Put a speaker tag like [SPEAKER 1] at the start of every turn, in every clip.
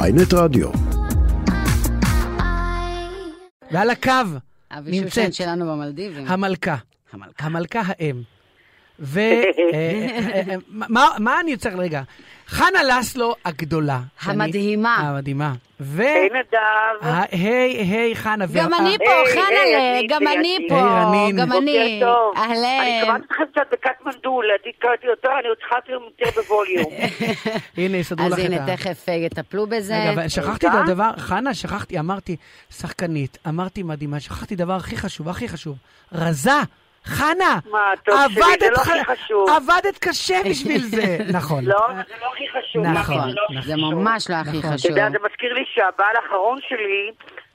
[SPEAKER 1] ויינט רדיו.
[SPEAKER 2] ועל הקו
[SPEAKER 3] אבי שושן
[SPEAKER 2] נמצאת
[SPEAKER 3] שלנו במלדיבים.
[SPEAKER 2] המלכה,
[SPEAKER 3] המלכה.
[SPEAKER 2] המלכה האם. ו... אה, אה, מה מה אני צריך רגע? חנה לסלו הגדולה. שאני-
[SPEAKER 3] המדהימה.
[SPEAKER 2] המדהימה. ו...
[SPEAKER 4] היי נדב,
[SPEAKER 2] ה- היי, היי, חנה.
[SPEAKER 3] גם
[SPEAKER 2] וה- אה,
[SPEAKER 3] אני פה,
[SPEAKER 4] היי,
[SPEAKER 3] חנה'לה,
[SPEAKER 4] היי,
[SPEAKER 3] גם
[SPEAKER 4] אני
[SPEAKER 3] אני
[SPEAKER 4] רציתי.
[SPEAKER 3] פה,
[SPEAKER 2] היי, רנין.
[SPEAKER 3] גם
[SPEAKER 2] בוקר
[SPEAKER 3] אני.
[SPEAKER 4] בוקר טוב. אני
[SPEAKER 3] אהלן.
[SPEAKER 4] שמעתי אתכם קצת בקטמנדו, לדעתי קראתי אותו, אני עוד צריכה אפילו יותר בווליום.
[SPEAKER 2] הנה, יסדרו לך
[SPEAKER 3] אז
[SPEAKER 2] את ה...
[SPEAKER 3] הנה, תכף אה, יטפלו בזה.
[SPEAKER 2] רגע, אבל שכחתי את
[SPEAKER 4] רגע.
[SPEAKER 2] הדבר, חנה, שכחתי, אמרתי, שחקנית, אמרתי מדהימה, שכחתי דבר הכי חשוב, הכי חשוב, רזה, חנה,
[SPEAKER 4] מה, טוב שלי, זה
[SPEAKER 2] עבדת
[SPEAKER 4] לא
[SPEAKER 2] ח-
[SPEAKER 4] הכי חשוב.
[SPEAKER 2] עבדת קשה בשביל זה, נכון.
[SPEAKER 4] לא, זה לא הכי חשוב.
[SPEAKER 2] נכון,
[SPEAKER 4] מאמי, זה לא הכי
[SPEAKER 3] זה
[SPEAKER 4] חשוב.
[SPEAKER 3] ממש לא הכי
[SPEAKER 4] אתה
[SPEAKER 3] חשוב.
[SPEAKER 4] יודע, זה מזכיר לי שהבעל האחרון שלי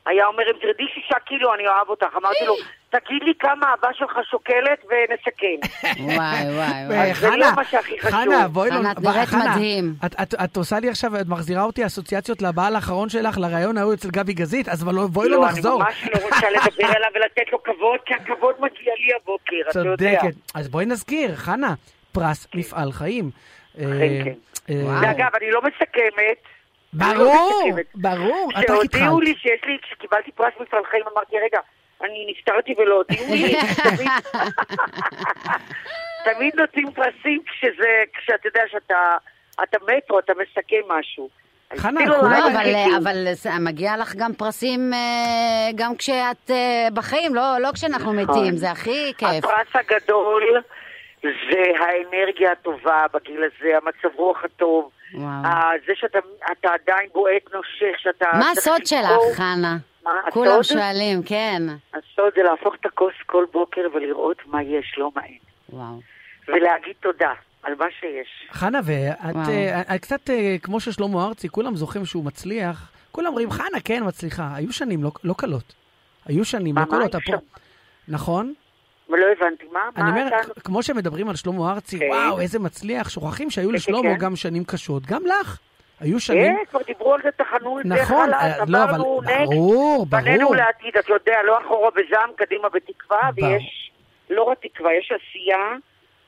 [SPEAKER 4] היה אומר, אם תרדי שישה קילו, אני אוהב אותך. אמרתי לו, תגיד לי כמה האהבה שלך שוקלת ונסכם.
[SPEAKER 3] וואי, וואי,
[SPEAKER 2] אה,
[SPEAKER 3] וואי.
[SPEAKER 4] אז זה
[SPEAKER 2] חנה,
[SPEAKER 4] לא מה שהכי חשוב.
[SPEAKER 2] חנה, בואי לא...
[SPEAKER 3] חנה, את נראית
[SPEAKER 2] חנה,
[SPEAKER 3] מדהים.
[SPEAKER 2] את- את- את עושה לי עכשיו, את מחזירה אותי אסוציאציות לבעל האחרון שלך, לראיון ההוא אצל גבי גזית, אז אבל לא- בואי לא נחזור.
[SPEAKER 4] לא, אני ממש לא רוצה לדבר עליו ולתת לו כבוד, כי הכבוד מגיע לי הבוקר, אתה יודע.
[SPEAKER 2] צודקת. אז בואי נזכיר, חנה, פרס מפעל חיים. אה,
[SPEAKER 4] כן.
[SPEAKER 2] אה,
[SPEAKER 4] ואגב, אני לא מסכמת.
[SPEAKER 2] ברור, ברור, את רק
[SPEAKER 4] כשהודיעו
[SPEAKER 2] התחלת.
[SPEAKER 4] לי שיש לי, כשקיבלתי פרס מפעל חיים, אמרתי, רגע, אני נפטרתי ולא הודיעו לי. תמיד- תמיד נותנים פרסים כשזה, כשאתה יודע שאתה אתה מת או אתה מסכם משהו.
[SPEAKER 2] חנה,
[SPEAKER 4] אפילו
[SPEAKER 2] כולם-
[SPEAKER 3] לא,
[SPEAKER 4] להם
[SPEAKER 3] אבל,
[SPEAKER 4] הגיעו.
[SPEAKER 3] אה, אבל אה, מגיע לך גם פרסים אה, גם כשאת אה, בחיים, לא לא כשאנחנו
[SPEAKER 4] נכון.
[SPEAKER 3] מתים, זה הכי כיף.
[SPEAKER 4] הפרס הגדול זה האנרגיה הטובה בגיל הזה, המצב רוח הטוב.
[SPEAKER 3] וואו.
[SPEAKER 4] ה- זה שאתה אתה עדיין בועט נושך, שאתה...
[SPEAKER 3] מה
[SPEAKER 4] צריך
[SPEAKER 3] הסוד
[SPEAKER 4] לזכור-
[SPEAKER 3] שלך, חנה?
[SPEAKER 4] מה, הסוד?
[SPEAKER 3] כולם שואלים, כן.
[SPEAKER 4] הסוד זה להפוך את הכוס כל בוקר ולראות מה יש, לא מה אין.
[SPEAKER 3] וואו.
[SPEAKER 4] ולהגיד תודה על מה שיש.
[SPEAKER 2] חנה, ואת
[SPEAKER 3] וואו.
[SPEAKER 2] אה, את קצת אה, כמו ששלמה ארצי, כולם זוכרים שהוא מצליח. כולם אומרים, חנה, כן, מצליחה. היו שנים לא- לא קלות. היו שנים לא
[SPEAKER 4] פעמיים
[SPEAKER 2] קלות. הפרו- נכון?
[SPEAKER 4] ולא לא הבנתי, מה?
[SPEAKER 2] אני
[SPEAKER 4] מה
[SPEAKER 2] אומר,
[SPEAKER 4] אתה...
[SPEAKER 2] כמו שמדברים על שלמה ארצי,
[SPEAKER 4] כן.
[SPEAKER 2] וואו, איזה מצליח, שוכחים שהיו
[SPEAKER 4] כן,
[SPEAKER 2] לשלמה
[SPEAKER 4] כן.
[SPEAKER 2] גם שנים קשות. גם לך. היו שנים...
[SPEAKER 4] כן, כבר דיברו על זה, טחנו את זה,
[SPEAKER 2] נכון,
[SPEAKER 4] חלאס,
[SPEAKER 2] אה, לא, אבל
[SPEAKER 4] אמרנו, נקסט,
[SPEAKER 2] ברור,
[SPEAKER 4] פנינו
[SPEAKER 2] ברור.
[SPEAKER 4] לעתיד, אתה יודע, לא אחורה בזעם, קדימה בתקווה,
[SPEAKER 2] ברור.
[SPEAKER 4] ויש, לא רק תקווה, יש עשייה.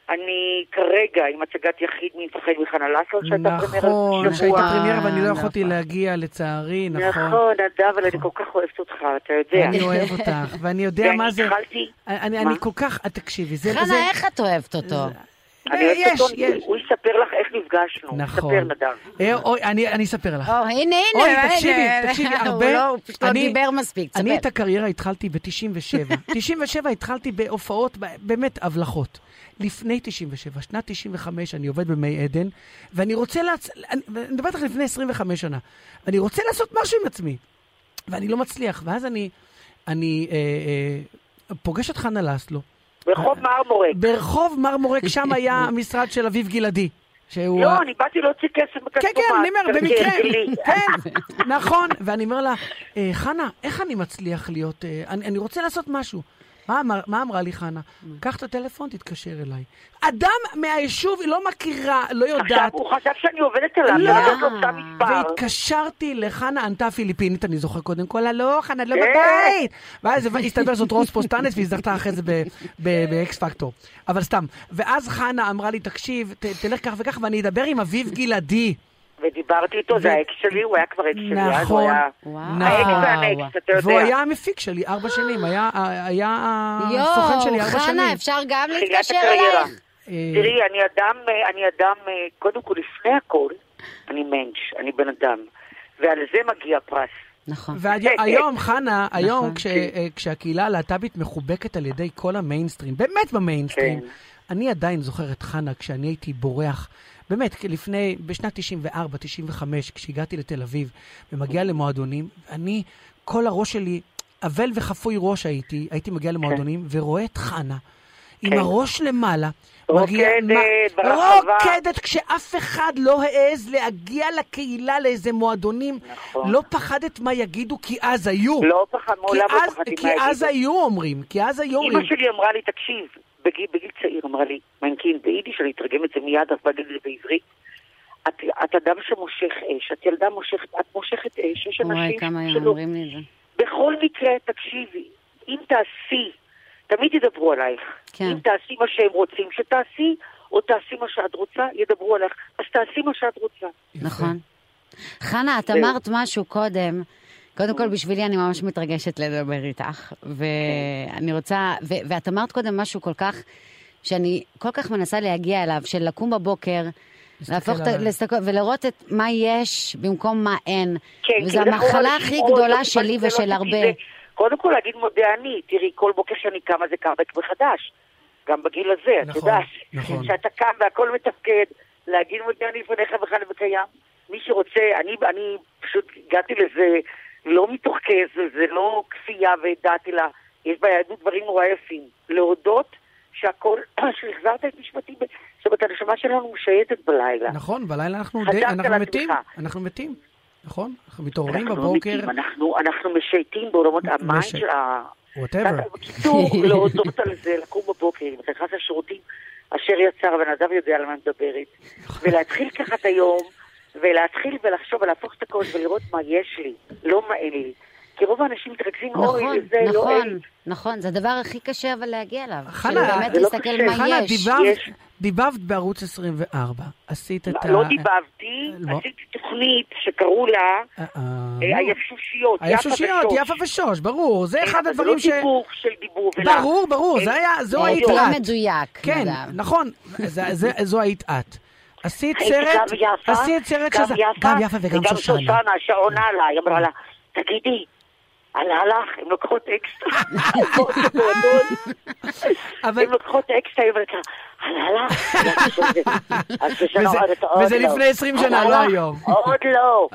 [SPEAKER 4] אני כרגע עם הצגת יחיד מפחד מחנה לסלו, שהייתה פרמיירה
[SPEAKER 2] נכון, שהייתה
[SPEAKER 4] השבוע.
[SPEAKER 2] פרמיירה ואני לא
[SPEAKER 3] נכון.
[SPEAKER 2] יכולתי להגיע, לצערי, נכון.
[SPEAKER 4] נכון, נדב, אבל אני כל כך אוהבת אותך, אתה יודע.
[SPEAKER 2] אני אוהב אותך, ואני יודע
[SPEAKER 4] ואני
[SPEAKER 2] מה זה...
[SPEAKER 4] התחלתי-
[SPEAKER 2] אני
[SPEAKER 4] מה?
[SPEAKER 2] אני כל כך... אה, תקשיבי, זה... זה-
[SPEAKER 3] חנה, איך את אוהבת אותו?
[SPEAKER 4] אני אוהבת
[SPEAKER 2] אה, יש,
[SPEAKER 4] אותו,
[SPEAKER 2] יש.
[SPEAKER 4] הוא יספר לך איך נפגשנו.
[SPEAKER 2] נכון.
[SPEAKER 4] ספר, נדב.
[SPEAKER 2] אה, אוי, אני אני אספר לך.
[SPEAKER 3] או, הנה, הנה.
[SPEAKER 2] אוי,
[SPEAKER 3] הנה.
[SPEAKER 2] תקשיבי, תקשיבי,
[SPEAKER 3] הוא
[SPEAKER 2] הרבה...
[SPEAKER 3] לא- הוא פשוט לא
[SPEAKER 2] אני-
[SPEAKER 3] דיבר מספיק,
[SPEAKER 2] אני
[SPEAKER 3] תספר.
[SPEAKER 2] את הקריירה התחלתי ב-97. 97 התחלתי בהופעות, ב- באמת, הבלחות. לפני 97, שנת 95, אני עובד במי עדן, ואני רוצה לעצ... אני אני מדברת לך לפני 25 שנה. אני רוצה לעשות משהו עם עצמי, ואני לא מצליח. ואז אני, אני אה, אה, פוגש את חנה לסלו,
[SPEAKER 4] ברחוב
[SPEAKER 2] נכון.
[SPEAKER 4] מרמורק.
[SPEAKER 2] ברחוב מרמורק, שם היה המשרד של אביב גלעדי. שהוא ה-
[SPEAKER 4] לא, אני באתי להוציא כסף בכספומט.
[SPEAKER 2] כן, כן, אני אומר, במקרה,
[SPEAKER 4] כהרגלי.
[SPEAKER 2] כן, נכון, ואני אומר לה, "אה, חנה, איך אני מצליח להיות, אה, אני אני רוצה לעשות משהו. מה אמר- מה אמרה לי חנה? קח את הטלפון, תתקשר אליי. אדם מהיישוב, היא לא מכירה, לא
[SPEAKER 4] עכשיו,
[SPEAKER 2] יודעת.
[SPEAKER 4] הוא חשב שאני עובדת עליו,
[SPEAKER 2] לא.
[SPEAKER 4] לא נתת לו סתם מספר.
[SPEAKER 2] והתקשרתי לחנה, ענתה פיליפינית, אני זוכר קודם כל, הלו, חנה, את לא
[SPEAKER 4] כן.
[SPEAKER 2] בבית. ואז הסתבר זאת רוס פוסטנס, והיא זכתה אחרי זה ב- ב- באקס פקטור. אבל סתם. ואז חנה אמרה לי, תקשיב, ת- תלך כך וכך, ואני אדבר עם אביב גלעדי.
[SPEAKER 4] ודיברתי איתו, זה
[SPEAKER 2] ו-
[SPEAKER 4] האקס שלי, הוא היה כבר אקס שלי, אז הוא
[SPEAKER 2] נכון,
[SPEAKER 4] היה...
[SPEAKER 3] וואו.
[SPEAKER 4] האקס
[SPEAKER 2] נכון.
[SPEAKER 4] והנקס, אתה
[SPEAKER 2] והוא
[SPEAKER 4] יודע.
[SPEAKER 2] היה המפיק שלי ארבע שנים, היה היה הסוכן שלי
[SPEAKER 3] יואו,
[SPEAKER 2] ארבע שנים.
[SPEAKER 3] חנה, אפשר גם
[SPEAKER 4] תחילת
[SPEAKER 3] להתקשר
[SPEAKER 4] הקריירה.
[SPEAKER 3] אלייך?
[SPEAKER 2] אה,
[SPEAKER 4] תראי, אני אדם, אה, אני אדם, אה, קודם כל, לפני הכל, אני מענץ', אני בן אדם. ועל זה מגיע פרס.
[SPEAKER 3] נכון.
[SPEAKER 2] והיום, כש- היום
[SPEAKER 3] נכון.
[SPEAKER 2] כש- אה, כשהקהילה הלהט"בית מחובקת על ידי כל המיינסטרים, באמת במיינסטרים,
[SPEAKER 4] כן.
[SPEAKER 2] אני עדיין זוכר את חנה כשאני הייתי בורח, באמת, כי לפני, בשנת 94, 95, כשהגעתי לתל אביב ומגיע למועדונים, אני, כל הראש שלי, אבל וחפוי ראש הייתי, הייתי מגיע למועדונים ורואה את חנה. עם
[SPEAKER 4] כן.
[SPEAKER 2] הראש למעלה, מגיע-
[SPEAKER 4] רוקדת
[SPEAKER 2] מה-
[SPEAKER 4] ברחבה.
[SPEAKER 2] רוקדת כשאף אחד לא העז להגיע לקהילה לאיזה מועדונים.
[SPEAKER 4] נכון.
[SPEAKER 2] לא פחדת מה יגידו, כי אז היו.
[SPEAKER 4] לא פחד,
[SPEAKER 2] כי
[SPEAKER 4] מעולם לא
[SPEAKER 2] אז-
[SPEAKER 4] פחדתי
[SPEAKER 2] כי
[SPEAKER 4] מה
[SPEAKER 2] אז
[SPEAKER 4] יגידו.
[SPEAKER 2] היו אומרים, כי אז היו אומרים.
[SPEAKER 4] אימא שלי אמרה לי, תקשיב, בגיל, בגיל צעיר אמרה לי, מנקין ביידיש, אני אתרגם את זה מיד, אבל אגיד את זה בעברית. את, את אדם שמושך אש, את ילדה מושכת, את מושכת אש, יש
[SPEAKER 3] וואי,
[SPEAKER 4] אנשים
[SPEAKER 3] כמה
[SPEAKER 4] שלא.
[SPEAKER 3] אומרים לי את זה.
[SPEAKER 4] בכל מקרה, תקשיבי, אם תעשי, תמיד ידברו עלייך.
[SPEAKER 3] כן.
[SPEAKER 4] אם תעשי מה שהם רוצים שתעשי, או תעשי מה שאת רוצה, ידברו עלייך. אז תעשי מה שאת רוצה.
[SPEAKER 2] יפה.
[SPEAKER 3] נכון. חנה, את
[SPEAKER 4] זהו.
[SPEAKER 3] אמרת משהו קודם. קודם כל, בשבילי אני ממש מתרגשת לדבר איתך, ואני רוצה, ו- ואת אמרת קודם משהו כל כך, שאני כל כך מנסה להגיע אליו, של לקום בבוקר,
[SPEAKER 2] להסתכל
[SPEAKER 3] להפוך, את ה-
[SPEAKER 2] עליו.
[SPEAKER 3] להסתכל, ולראות את מה יש במקום מה אין.
[SPEAKER 4] כן, כי
[SPEAKER 3] וזו
[SPEAKER 4] אנחנו
[SPEAKER 3] המחלה
[SPEAKER 4] אנשים
[SPEAKER 3] הכי
[SPEAKER 4] מאוד
[SPEAKER 3] גדולה
[SPEAKER 4] לא
[SPEAKER 3] שלי
[SPEAKER 4] טיפלתי,
[SPEAKER 3] ושל
[SPEAKER 4] לא
[SPEAKER 3] הרבה.
[SPEAKER 4] טיפלתי, זה- קודם כל להגיד מודה אני, תראי, כל בוקר שאני קמה זה קמבק מחדש. גם בגיל הזה, את
[SPEAKER 2] נכון,
[SPEAKER 4] יודעת.
[SPEAKER 2] נכון.
[SPEAKER 4] שאתה קם והכל מתפקד, להגיד מודה אני לפניך וחנה וקיים. מי שרוצה, אני, אני פשוט הגעתי לזה לא מתוך כעס, זה לא כפייה והדעתי לה. יש ביהדות דברים נורא יפים. להודות שהכל, שהחזרת את נשמתי, ב- זאת אומרת, הנשמה שלנו משייטת בלילה.
[SPEAKER 2] נכון, בלילה אנחנו
[SPEAKER 4] חזרת
[SPEAKER 2] די- אנחנו
[SPEAKER 4] לעצמך.
[SPEAKER 2] מתים, אנחנו מתים, נכון? אנחנו מתעוררים
[SPEAKER 4] אנחנו לא
[SPEAKER 2] בבוקר,
[SPEAKER 4] מתים, אנחנו, אנחנו משייטים בעולמות המים
[SPEAKER 2] מש-
[SPEAKER 4] של ה...
[SPEAKER 2] וואטאבר.
[SPEAKER 4] אה, בקיצור, לא להודות על זה, לקום בבוקר, אם אתה נכנס לשירותים, אשר יצר, הבן אדם יודע על מה אני מדברת.
[SPEAKER 2] נכון.
[SPEAKER 4] ולהתחיל ככה את היום, ולהתחיל ולחשוב, ולהפוך את הכל, ולראות מה יש לי, לא מה אין לי. כי רוב האנשים מתרכזים,
[SPEAKER 3] נכון,
[SPEAKER 4] אוי, זה לא אין.
[SPEAKER 3] נכון, נכון, זה הדבר הכי קשה אבל להגיע אליו. של
[SPEAKER 2] חנה,
[SPEAKER 3] באמת
[SPEAKER 4] זה לא
[SPEAKER 3] להסתכל
[SPEAKER 4] קשה.
[SPEAKER 3] מה
[SPEAKER 2] חנה,
[SPEAKER 3] יש.
[SPEAKER 2] דיבבת-
[SPEAKER 4] יש.
[SPEAKER 2] דיבבת בערוץ 24, עשית את ה...
[SPEAKER 4] לא דיבבתי,
[SPEAKER 2] לא.
[SPEAKER 4] עשיתי תוכנית שקראו לה
[SPEAKER 2] אה, אה,
[SPEAKER 4] אה, היפשושיות, יפה ושוש.
[SPEAKER 2] היפשושיות, יפה ושוש, ברור, זה אחד הדברים ש...
[SPEAKER 4] זה לא דיבור של דיבור. ולא-
[SPEAKER 2] ברור, ברור, זה היה, זו
[SPEAKER 4] אה,
[SPEAKER 2] היית
[SPEAKER 4] לא,
[SPEAKER 2] את.
[SPEAKER 3] מדויק,
[SPEAKER 2] כן,
[SPEAKER 3] נדב.
[SPEAKER 2] נכון, זה- זה- זו היית את. עשית
[SPEAKER 4] הייתי
[SPEAKER 2] סרט,
[SPEAKER 4] גם יפה,
[SPEAKER 2] עשית סרט
[SPEAKER 4] גם
[SPEAKER 2] שזה...
[SPEAKER 4] יפה,
[SPEAKER 2] גם יפה וגם שושנה.
[SPEAKER 4] שעונה לה, היא אמרה לה, תגידי, עלה לך, הן לוקחות אקסטרה.
[SPEAKER 2] אבל...
[SPEAKER 4] הן לוקחות אקסטרה, היא אומרת לה, עלה לך. אז שושנה
[SPEAKER 2] וזה-
[SPEAKER 4] אומרת, "עוד
[SPEAKER 2] וזה
[SPEAKER 4] לא."
[SPEAKER 2] לפני 20 שנה,
[SPEAKER 4] "עלה
[SPEAKER 2] לא
[SPEAKER 4] לך?
[SPEAKER 2] היום."
[SPEAKER 4] עוד לא.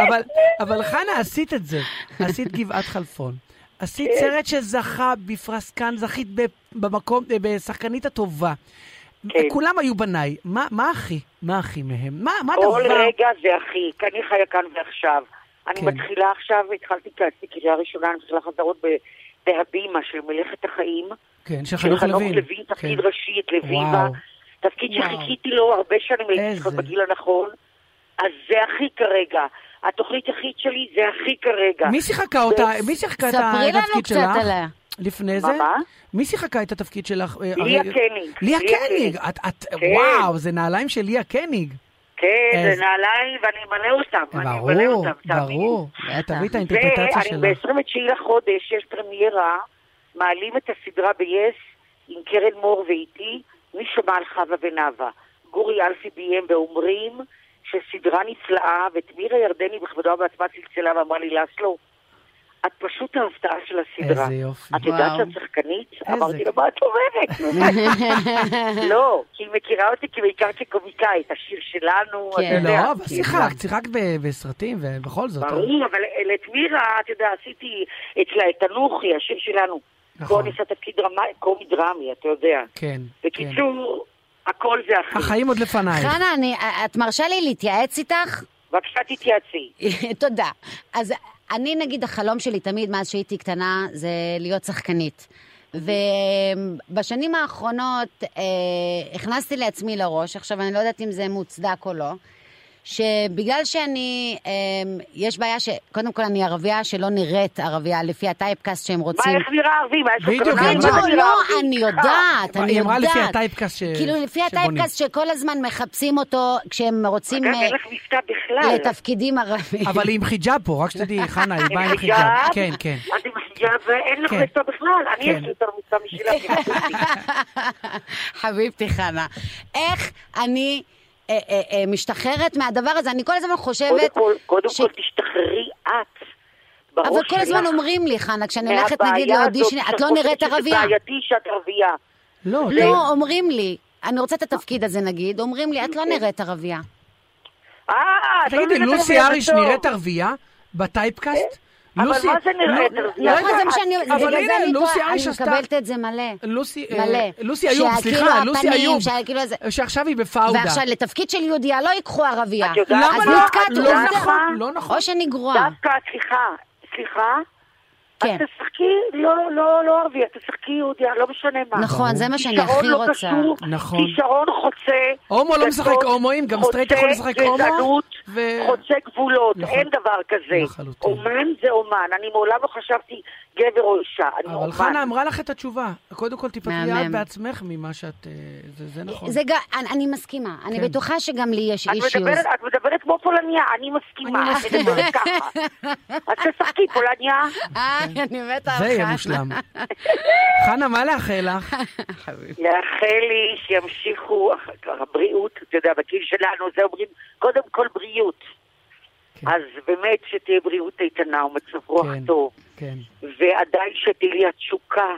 [SPEAKER 2] אבל, אבל חנה, עשית את זה. עשית גבעת חלפון. עשית
[SPEAKER 4] כן.
[SPEAKER 2] סרט שזכה בפרס כאן, זכית ב- במקום, אה, בשחקנית הטובה.
[SPEAKER 4] כן.
[SPEAKER 2] כולם היו בניי. מה, מה הכי? מה הכי מהם? מה, מה
[SPEAKER 4] כל
[SPEAKER 2] הדבר?
[SPEAKER 4] רגע זה הכי, כי אני חיה כאן ועכשיו. אני
[SPEAKER 2] כן.
[SPEAKER 4] מתחילה עכשיו, התחלתי כעסתי קריאה ראשונה, אני מתחילה חזרות ב- בהבימה של מלאכת החיים.
[SPEAKER 2] כן, של
[SPEAKER 4] של
[SPEAKER 2] חנוך
[SPEAKER 4] חנוך
[SPEAKER 2] לוין.
[SPEAKER 4] לוין, תפקיד
[SPEAKER 2] כן.
[SPEAKER 4] ראשי, את לויבה,
[SPEAKER 2] וואו.
[SPEAKER 4] תפקיד
[SPEAKER 2] וואו.
[SPEAKER 4] שחיכיתי לו הרבה שנים, הייתי צריכה
[SPEAKER 2] איזה.
[SPEAKER 4] בגיל הנכון, אז זה הכי כרגע. התוכנית הכי שלי זה הכי כרגע.
[SPEAKER 2] מי שיחקה אותה? מי שיחקה את
[SPEAKER 3] ספרי לנו
[SPEAKER 2] התפקיד
[SPEAKER 3] קצת
[SPEAKER 2] שלך?
[SPEAKER 3] עליה.
[SPEAKER 2] לפני
[SPEAKER 4] מה,
[SPEAKER 2] זה?
[SPEAKER 4] מה?
[SPEAKER 2] מי שיחקה את התפקיד שלך? אה,
[SPEAKER 4] ליה
[SPEAKER 2] הרי-
[SPEAKER 4] קניג.
[SPEAKER 2] ליה
[SPEAKER 4] ליה
[SPEAKER 2] קניג.
[SPEAKER 4] קניג.
[SPEAKER 2] את, את,
[SPEAKER 4] כן.
[SPEAKER 2] וואו, זה נעליים של ליה קניג.
[SPEAKER 4] כן,
[SPEAKER 2] איזה.
[SPEAKER 4] זה נעליים, ואני אמלא אותם. אני אמלא
[SPEAKER 2] ברור,
[SPEAKER 4] אותם, תאמיני.
[SPEAKER 2] ברור.
[SPEAKER 3] בטח.
[SPEAKER 2] תביא את האינטרפרטציה
[SPEAKER 4] ואני
[SPEAKER 2] שלך.
[SPEAKER 4] ב-29 לחודש, יש פרמיירה, מעלים את הסדרה ב-yes עם קרן מור ואיתי, מי שמע על חווה ונאווה. גורי אלפי ביים ואומרים שסדרה נפלאה, ואת מירה ירדני בכבודו בעצמה צלצלה ואמרה לי, לסלו, את פשוט ההפתעה של הסדרה.
[SPEAKER 2] איזה יופי.
[SPEAKER 4] את יודעת
[SPEAKER 3] וואו.
[SPEAKER 4] שאת שחקנית? אמרתי לה, מה את אומרת? לא, כי היא מכירה אותי כי בעיקר כקומיקאית, השיר שלנו, אתה
[SPEAKER 3] כן.
[SPEAKER 4] יודע.
[SPEAKER 2] לא, אבל שיחקת, שיחקת ב- בסרטים, ובכל זאת.
[SPEAKER 4] ברור, אבל אל- את מירה, אתה יודע, עשיתי אצלה את תנוחי, השיר שלנו.
[SPEAKER 2] נכון.
[SPEAKER 4] נכון. פה נעשה תפקיד דרמ- קומי דרמי, אתה יודע.
[SPEAKER 2] כן, כן.
[SPEAKER 4] בקיצור, הכל זה אחי.
[SPEAKER 2] החיים עוד לפנייך.
[SPEAKER 3] חנה, אני, את מרשה לי להתייעץ איתך?
[SPEAKER 4] בבקשה תתייעצי.
[SPEAKER 3] תודה. אז אני, נגיד, החלום שלי תמיד, מאז שהייתי קטנה, זה להיות שחקנית. ובשנים האחרונות אה, הכנסתי לעצמי לראש, עכשיו אני לא יודעת אם זה מוצדק או לא, שבגלל שאני, אה, יש בעיה שקודם כל אני ערבייה שלא נראית ערבייה לפי הטייפקאסט שהם
[SPEAKER 4] מה,
[SPEAKER 3] רוצים.
[SPEAKER 4] איך נראה ערבי? מה, יש לך
[SPEAKER 2] בדיוק,
[SPEAKER 4] כוונה?
[SPEAKER 2] היא
[SPEAKER 4] מה
[SPEAKER 2] אמרה-
[SPEAKER 4] זה
[SPEAKER 3] בדיוק,
[SPEAKER 4] נראה
[SPEAKER 3] לא,
[SPEAKER 4] ערבי?
[SPEAKER 3] אני
[SPEAKER 4] אה,
[SPEAKER 3] יודעת, אני יודעת.
[SPEAKER 2] היא אמרה לפי הטייפקאסט ש-
[SPEAKER 3] כאילו, לפי
[SPEAKER 2] שבונים.
[SPEAKER 3] הטייפקאסט שכל הזמן מחפשים אותו כשהם רוצים
[SPEAKER 4] אגב,
[SPEAKER 3] אה,
[SPEAKER 4] אין לך מבטא בכלל.
[SPEAKER 3] לתפקידים ערבים.
[SPEAKER 2] אבל היא עם חיג'אב פה, רק שתדעי, חנה, היא באה עם
[SPEAKER 4] אין
[SPEAKER 2] חיג'אב.
[SPEAKER 4] חיג'אב?
[SPEAKER 2] כן, כן.
[SPEAKER 4] את עם חיג'אב ואין לך
[SPEAKER 2] כן.
[SPEAKER 4] מבטא בכלל. אני
[SPEAKER 2] כן.
[SPEAKER 4] יש לי יותר מבטא משלך.
[SPEAKER 3] חביבתי חנה. איך אני אה, אה, אה, משתחררת מהדבר הזה? אני כל הזמן
[SPEAKER 4] קודם
[SPEAKER 3] חושבת...
[SPEAKER 4] כל- קודם
[SPEAKER 3] ש-
[SPEAKER 4] כל תשתחררי את. בראש
[SPEAKER 3] אבל כל הזמן
[SPEAKER 4] שלך.
[SPEAKER 3] אומרים לי, חנה, כשאני הולכת נגיד
[SPEAKER 4] מהבעיה הזאת
[SPEAKER 3] לאודישן,
[SPEAKER 4] שאת
[SPEAKER 3] את לא
[SPEAKER 4] חושבת
[SPEAKER 3] נראית
[SPEAKER 4] שזה
[SPEAKER 3] ערבייה.
[SPEAKER 4] בעייתי שאת ערבייה.
[SPEAKER 2] לא,
[SPEAKER 3] לא, אומרים לי. אני רוצה את התפקיד הזה נגיד, אומרים לי, את לא נראית ערבייה.
[SPEAKER 4] אה, את לא
[SPEAKER 2] תגידי,
[SPEAKER 4] נראית
[SPEAKER 2] לוסי
[SPEAKER 4] ערבייה,
[SPEAKER 2] אריש
[SPEAKER 4] זה טוב.
[SPEAKER 2] נראית ערבייה? בטייפקאסט?
[SPEAKER 4] אבל
[SPEAKER 2] לוסי-
[SPEAKER 4] מה זה נראית
[SPEAKER 2] לא,
[SPEAKER 4] ערבייה?
[SPEAKER 2] לא
[SPEAKER 3] נכון,
[SPEAKER 4] רגע,
[SPEAKER 3] זה מה שאני...
[SPEAKER 2] אבל
[SPEAKER 3] בגלל
[SPEAKER 2] הנה,
[SPEAKER 3] זה אני
[SPEAKER 2] לוסי
[SPEAKER 3] טועה, אני
[SPEAKER 2] אריש עשתה-
[SPEAKER 3] מקבלת את זה מלא.
[SPEAKER 2] לוסי, אה,
[SPEAKER 3] מלא.
[SPEAKER 2] לוסי איוב,
[SPEAKER 3] שהכאילו
[SPEAKER 2] סליחה, לוסי
[SPEAKER 3] הפנים,
[SPEAKER 2] איוב,
[SPEAKER 3] שהכאילו איזה-
[SPEAKER 2] שעכשיו היא בפאודה.
[SPEAKER 3] ועכשיו, לתפקיד של יהודיה לא ייקחו ערבייה.
[SPEAKER 4] את יודעת
[SPEAKER 3] אז
[SPEAKER 2] למה
[SPEAKER 4] מה?
[SPEAKER 3] נתקעת,
[SPEAKER 2] לא
[SPEAKER 4] עובדה.
[SPEAKER 2] נכון, לא נכון.
[SPEAKER 3] או שאני גרועה.
[SPEAKER 4] דווקא, סליחה, סליחה,
[SPEAKER 3] כן.
[SPEAKER 4] את תשחקי, לא, לא, לא ערבייה, תשחקי יהודיה, לא משנה מה.
[SPEAKER 3] נכון, זה מה שאני
[SPEAKER 4] כישרון
[SPEAKER 3] הכי
[SPEAKER 4] לא
[SPEAKER 3] רוצה.
[SPEAKER 4] קשור,
[SPEAKER 2] נכון.
[SPEAKER 4] כישרון חוצה.
[SPEAKER 2] הומו לא משחק
[SPEAKER 4] דתות,
[SPEAKER 2] הומואים, גם סטרייט יכול לשחק
[SPEAKER 4] חוצה
[SPEAKER 2] הומו?
[SPEAKER 4] גזענות,
[SPEAKER 2] ו...
[SPEAKER 4] חוצה גבולות,
[SPEAKER 2] נכון.
[SPEAKER 4] אין דבר כזה.
[SPEAKER 2] לחלוטין.
[SPEAKER 4] אומן זה אומן, אני מעולם לא חשבתי גבר או אישה, אני
[SPEAKER 2] אבל
[SPEAKER 4] אומן.
[SPEAKER 2] חנה אמרה לך את התשובה. קודם כל תיפטרי
[SPEAKER 3] לא, מהמם.
[SPEAKER 2] את בעצמך ממה שאת... אה, זה, זה נכון.
[SPEAKER 3] זה גם, אני, אני מסכימה, אני
[SPEAKER 2] כן.
[SPEAKER 3] בטוחה שגם לי יש
[SPEAKER 4] את
[SPEAKER 3] אישיוז.
[SPEAKER 4] מדברת, את מדברת כמו פולניה, אני מסכימה,
[SPEAKER 2] אני
[SPEAKER 4] את
[SPEAKER 2] מסכימה.
[SPEAKER 4] מדברת ככה. אז תשחקי פולניה,
[SPEAKER 3] אה, אני מתה על
[SPEAKER 2] כן. זה יהיה
[SPEAKER 3] חנה.
[SPEAKER 2] מושלם. חנה, מה לאחל לך?
[SPEAKER 3] חביב.
[SPEAKER 4] לאחל לי שימשיכו, הבריאות, אתה יודע, בגיל שלנו זה אומרים, קודם כל בריאות.
[SPEAKER 2] כן.
[SPEAKER 4] אז באמת שתהיה בריאות איתנה ומצב רוח
[SPEAKER 2] כן.
[SPEAKER 4] טוב.
[SPEAKER 2] כן.
[SPEAKER 4] ועדיין שתהיה לי התשוקה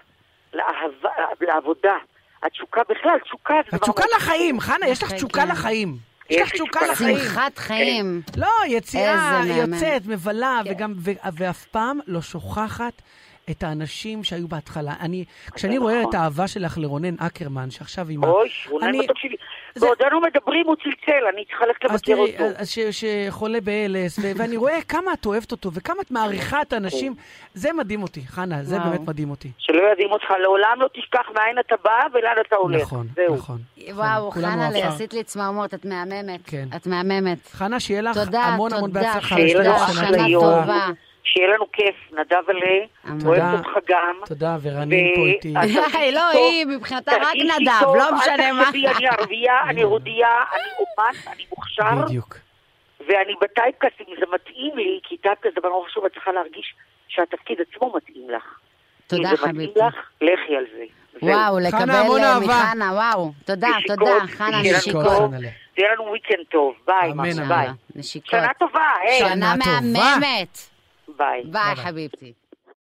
[SPEAKER 4] לאהבה, לעבודה. התשוקה בכלל, תשוקה זה דבר...
[SPEAKER 2] התשוקה לחיים, חנה, יש לך
[SPEAKER 3] כן,
[SPEAKER 2] תשוקה
[SPEAKER 3] כן.
[SPEAKER 2] לחיים.
[SPEAKER 4] יש
[SPEAKER 2] יש
[SPEAKER 4] לי
[SPEAKER 2] לך תשוקה
[SPEAKER 4] תשוקה
[SPEAKER 2] לחיים.
[SPEAKER 4] כן.
[SPEAKER 3] שמחת חיים.
[SPEAKER 2] לא, יציאה,
[SPEAKER 3] איזה מהמם.
[SPEAKER 2] יוצאת, מבלה,
[SPEAKER 4] כן.
[SPEAKER 2] וגם, ו- ואף פעם לא שוכחת את האנשים שהיו בהתחלה. אני, כשאני
[SPEAKER 4] זה
[SPEAKER 2] רואה
[SPEAKER 4] נכון.
[SPEAKER 2] את האהבה שלך לרונן אקרמן, שעכשיו עם ה...
[SPEAKER 4] אוי, שרונן
[SPEAKER 2] אני-
[SPEAKER 4] מתוק שלי.
[SPEAKER 2] זה-
[SPEAKER 4] בעודנו מדברים, הוא צלצל, אני צריכה ללכת
[SPEAKER 2] אז
[SPEAKER 4] לבקר
[SPEAKER 2] תראי,
[SPEAKER 4] אותו.
[SPEAKER 2] אז ש- שחולה באלס, ו- ואני רואה כמה את אוהבת אותו, וכמה את מעריכה את האנשים.
[SPEAKER 4] כן.
[SPEAKER 2] זה מדהים אותי, חנה, זה
[SPEAKER 3] וואו.
[SPEAKER 2] באמת מדהים אותי.
[SPEAKER 4] שלא יודעים אותך, לעולם לא תשכח מאין אתה בא ולאן אתה הולך.
[SPEAKER 2] נכון,
[SPEAKER 4] זהו.
[SPEAKER 2] נכון.
[SPEAKER 3] וואו,
[SPEAKER 2] כולנו
[SPEAKER 3] חנה,
[SPEAKER 2] אוהבים.
[SPEAKER 3] עשית לי צמרמורת, את מהממת.
[SPEAKER 2] כן.
[SPEAKER 3] את מהממת.
[SPEAKER 2] חנה, שיהיה לך
[SPEAKER 3] תודה,
[SPEAKER 2] המון המון
[SPEAKER 3] תודה.
[SPEAKER 2] בהצלחה.
[SPEAKER 4] שיהיה לנו
[SPEAKER 2] ושתהיה לך
[SPEAKER 4] אחלה
[SPEAKER 3] שנה
[SPEAKER 4] יום.
[SPEAKER 3] טובה.
[SPEAKER 4] שיהיה לנו כיף, נדב עלה,
[SPEAKER 3] אמן.
[SPEAKER 4] אוהב אותך גם.
[SPEAKER 2] תודה, ורנין פה איתי.
[SPEAKER 4] ואת
[SPEAKER 3] היי, לא,
[SPEAKER 4] טוב,
[SPEAKER 3] היא מבחינתה רק
[SPEAKER 4] תרגישי
[SPEAKER 3] נדב,
[SPEAKER 4] טוב,
[SPEAKER 3] לא משנה
[SPEAKER 4] כן, אל
[SPEAKER 3] מה.
[SPEAKER 4] תחשבי, אני ערבייה, אני הודייה, אני אומן, אני מוכשר,
[SPEAKER 2] בדיוק.
[SPEAKER 4] ואני בטייפקאסט, אם זה מתאים לי, כי טייפקאסט זה דבר נורא חשוב, את צריכה להרגיש שהתפקיד עצמו מתאים לך.
[SPEAKER 3] תודה,
[SPEAKER 4] אם זה מתאים
[SPEAKER 3] חביבתי.
[SPEAKER 4] לך, לכי על זה. זהו.
[SPEAKER 3] וואו, לקבל
[SPEAKER 2] המון
[SPEAKER 3] אה,
[SPEAKER 2] אהבה.
[SPEAKER 3] מחנה, וואו. תודה,
[SPEAKER 4] נשיקות,
[SPEAKER 3] תודה, חנה,
[SPEAKER 4] שיהיה לנו
[SPEAKER 3] נשיקות.
[SPEAKER 4] טוב,
[SPEAKER 2] חנה, לא. לה.
[SPEAKER 4] שיהיה לנו weekend טוב, ביי,
[SPEAKER 2] אמן,
[SPEAKER 4] משהו,
[SPEAKER 2] אמן.
[SPEAKER 4] ביי.
[SPEAKER 3] נשיקות.
[SPEAKER 4] שנה טובה, היי,
[SPEAKER 2] כן, שנה
[SPEAKER 3] שנה
[SPEAKER 2] טובה.
[SPEAKER 3] מהממת.
[SPEAKER 4] ביי.
[SPEAKER 3] ביי, חביבתי.